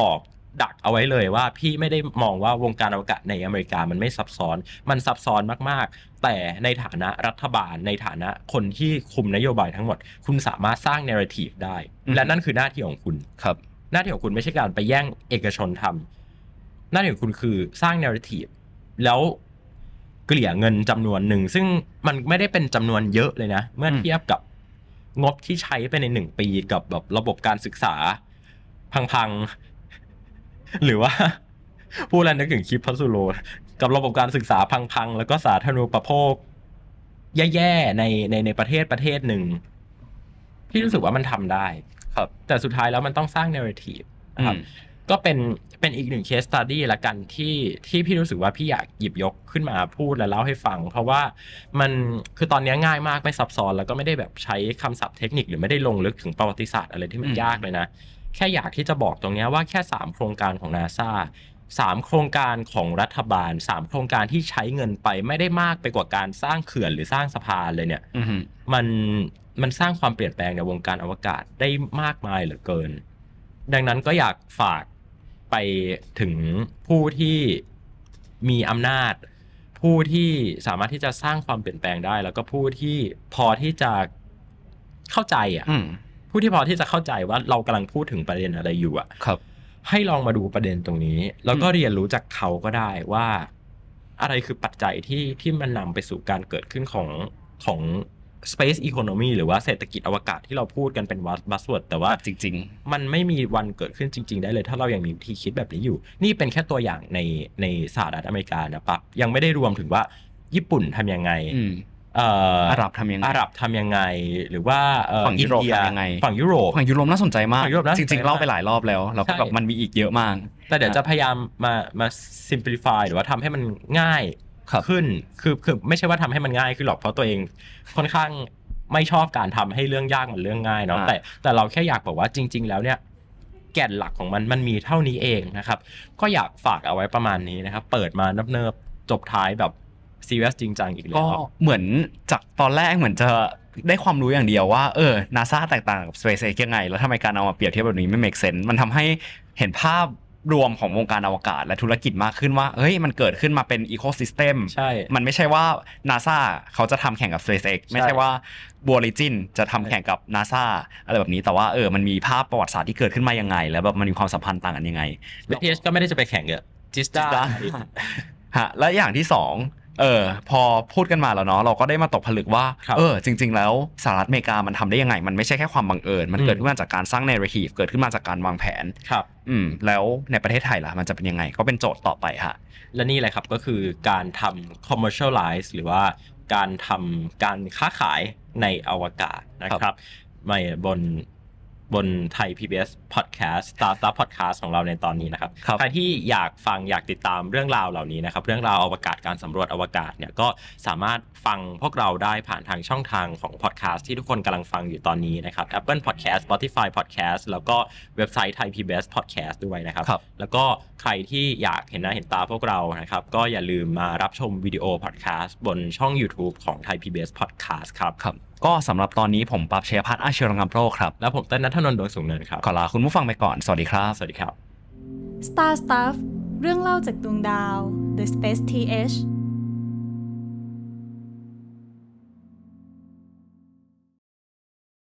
[SPEAKER 3] บอก ดักเอาไว้เลยว่าพี่ไม่ได้มองว่าวงการอวกาศในอเมริกามันไม่ซับซ้อน มันซับซ้อนมากๆ แต่ในฐานะรัฐบาลในฐานะคนที่คุมนโยบายทั้งหมด คุณสามารถสร้างเนื้อทีฟได้
[SPEAKER 4] อืม
[SPEAKER 3] และนั่นคือหน้าที่ของคุณ
[SPEAKER 4] ครับ
[SPEAKER 3] หน้าที่ของคุณไม่ใช่การไปแย่งเอกชนทำหน้าที่ของคุณคือสร้างเนื้อทีฟแล้วเกลี่ยเงินจำนวนหนึ่ง ซึ่งมันไม่ได้เป็นจำนวนเยอะเลยนะ เมื่อ
[SPEAKER 4] อืม
[SPEAKER 3] เทียบกับงบที่ใช้ไปในหนึ่งปีกับแบบระบบการศึกษา พังๆ หรือว่า <laughs> พูดแล้วนึกถึงคลิปพัสดุโล กับระบบการศึกษาพังๆ แล้วก็สาธารณูปโภค แย่ๆในในในประเทศประเทศหนึ่งที่รู้สึกว่ามันทำได้
[SPEAKER 4] ครับ
[SPEAKER 3] แต่สุดท้ายแล้วมันต้องสร้างเนื้อทีฟ ครับ
[SPEAKER 4] อืม
[SPEAKER 3] ก็เป็นเป็นอีกหนึ่งเคสตัดดี้ละกันที่ที่พี่รู้สึกว่าพี่อยากหยิบยกขึ้นมาพูดและเล่าให้ฟัง เพราะว่ามันคือตอนนี้ง่ายมากไม่ซับซ้อน แล้วก็ไม่ได้แบบใช้คำศัพท์เทคนิคหรือไม่ได้ลงลึกถึงประวัติศาสตร์อะไรที่มันยากเลยนะ แค่อยากที่จะบอกตรงเนี้ยว่าแค่ 3 โครงการของนาซาสามโครงการของรัฐบาล 3 โครงการที่ใช้เงินไปไม่ได้มากไปกว่าการสร้างเขื่อนหรือสร้างสะพานเลยเนี่ย
[SPEAKER 4] อืม
[SPEAKER 3] มันมันสร้างความเปลี่ยนแปลงในวงการอวกาศได้มากมายเหลือเกิน ดังนั้นก็อยากฝากไปถึงผู้ที่มีอำนาจ ผู้ที่สามารถที่จะสร้างความเปลี่ยนแปลงได้ แล้วก็ผู้ที่พอที่จะเข้าใจอ่ะ
[SPEAKER 4] อืม
[SPEAKER 3] ผู้ที่พอที่จะเข้าใจว่าเรากำลังพูดถึงประเด็นอะไรอยู่อ่ะ
[SPEAKER 4] ครับ
[SPEAKER 3] ให้ลองมาดูประเด็นตรงนี้ แล้วก็
[SPEAKER 4] อืม
[SPEAKER 3] เรียนรู้จากเขาก็ได้ว่า อะไรคือปัจจัยที่ที่มันนำไปสู่การเกิดขึ้นของของ space economy หรือว่าเศรษฐกิจอวกาศที่เราพูดกันเป็นบัสเวิร์ดแต่ว่า
[SPEAKER 4] จริง
[SPEAKER 3] มันไม่มีวันเกิดขึ้นจริง ๆ ได้เลย ถ้าเรายังมีวิธีคิดแบบนี้อยู่ นี่เป็นแค่ตัวอย่างในในสหรัฐอเมริกานะปั๊บยังไม่ได้รวมถึงว่าญี่ปุ่นทำยังไง
[SPEAKER 4] ๆ อืม
[SPEAKER 3] เอ่อ
[SPEAKER 4] อา
[SPEAKER 3] อา
[SPEAKER 4] หรับทำยังไง
[SPEAKER 3] อาหรับทำยังไง หรือว่าเอ่อ
[SPEAKER 4] ฝั่งยุโรป
[SPEAKER 3] อินเดีย
[SPEAKER 4] ทำยังไง
[SPEAKER 3] ฝั่งยุโรป
[SPEAKER 4] ฝั่งยุโรปน่าสนใจมาก
[SPEAKER 3] ฝั่งยุโรปน่าสนใจ
[SPEAKER 4] จริงๆเล่าม
[SPEAKER 3] าก
[SPEAKER 4] ไปหลายรอบแล้วแล้วก็
[SPEAKER 3] ใช่
[SPEAKER 4] แบบมันมีอีกเยอะมาก
[SPEAKER 3] แต่เดี๋ยวจะพยายามมามา simplify หรือว่าทำให้มันง่าย
[SPEAKER 4] ครับ
[SPEAKER 3] ขึ้น คือคือไม่ใช่ว่าทำให้มันง่ายขึ้นหรอกเพราะตัวเองค่อนข้างไม่ชอบการทำให้เรื่องยากมันเรื่องง่ายเนาะ
[SPEAKER 4] อ่า
[SPEAKER 3] แต่แต่เราแค่อยากบอกว่าจริง ๆ แล้วเนี่ยแก่นหลักของมันมันมีเท่านี้เองนะครับ ก็อยากฝากเอาไว้ประมาณนี้นะครับ เปิดมานับเนิบๆจบท้ายแบบซีเรียสจริงจังอีกแล้
[SPEAKER 4] ก็
[SPEAKER 3] ว
[SPEAKER 4] เหมือนจากตอนแรกเหมือนจะได้ความรู้อย่างเดียวว่าเออนาซาแตกต่างกับ SpaceX ยังไง แล้วทำไมการเอามาเปรียบเทียบแบบนี้ไม่ make sense มันทำให้เห็นภาพรวมของวงการอวกาศและธุรกิจมากขึ้นว่าเฮ้ยมันเกิดขึ้นมาเป็น ecosystem
[SPEAKER 3] ใช่
[SPEAKER 4] มันไม่ใช่ว่า NASA เขาจะทำแข่งกับ SpaceX ไม่
[SPEAKER 3] ใช่
[SPEAKER 4] ใช่ว่า b o r i g i n จะทำแข่งกับ NASA อะไรแบบนี้แต่ว่าเออมันมีภาพประวัติศาสตร์ที่เกิดขึ้นมายังไง แล้วแบบมันมีความสัมพันธ์ต่างกันยังไง
[SPEAKER 3] BTS ก็ไม่ได้จะไปแข่งกับจิสตา
[SPEAKER 4] ฮะและอย่างที่สองเออพอพูดกันมาแล้วเนาะเราก็ได้มาตกผลึกว่า
[SPEAKER 3] ครับ
[SPEAKER 4] เออจริง ๆ แล้วสหรัฐอเมริกามันทำได้ยังไง มันไม่ใช่แค่ความบังเอิญมัน
[SPEAKER 3] อืม
[SPEAKER 4] เกิดขึ้นมาจากการสร้างเนรทีฟเกิดขึ้นมาจากการวางแผน
[SPEAKER 3] ครับ
[SPEAKER 4] อืมแล้วในประเทศไทยล่ะมันจะเป็นยังไง ก็เป็นโจทย์ต่อไปฮะ
[SPEAKER 3] และนี่แหละครับก็คือการทำ commercialize หรือว่าการทำการค้าขายในอวกาศนะครับมาบนบนไทย PBS Podcast Startup Podcast ของเราในตอนนี้นะครับ
[SPEAKER 4] ครับ
[SPEAKER 3] ใครที่อยากฟังอยากติดตามเรื่องราวเหล่านี้นะครับ เรื่องราวอวกาศการสำรวจอวกาศเนี่ยก็สามารถฟังพวกเราได้ผ่านทางช่องทางของพอดแคสต์ที่ทุกคนกำลังฟังอยู่ตอนนี้นะครับ Apple Podcast Spotify Podcast แล้วก็เว็บไซต์ไทย PBS Podcast ด้วยนะครับ
[SPEAKER 4] ครับ
[SPEAKER 3] แล้วก็ใครที่อยากเห็นหน้าเห็นตาพวกเรานะครับ ก็อย่าลืมมารับชมวิดีโอพอดแคสต์บนช่อง YouTube ของไทย PBS Podcast ครับ
[SPEAKER 4] ครับก็สำหรับตอนนี้ผมปรับเชียพัฒน์อาชีวรังกำโรคครับ
[SPEAKER 3] แล้วผมเต้นนัทนนท์ดวงสูงเนินครับ
[SPEAKER 4] ขอลาคุณผู้ฟังไปก่อนสวัสดีครับ
[SPEAKER 3] สวัสดีครับ
[SPEAKER 2] Star Stuff เรื่องเล่าจากดวงดาว The Space TH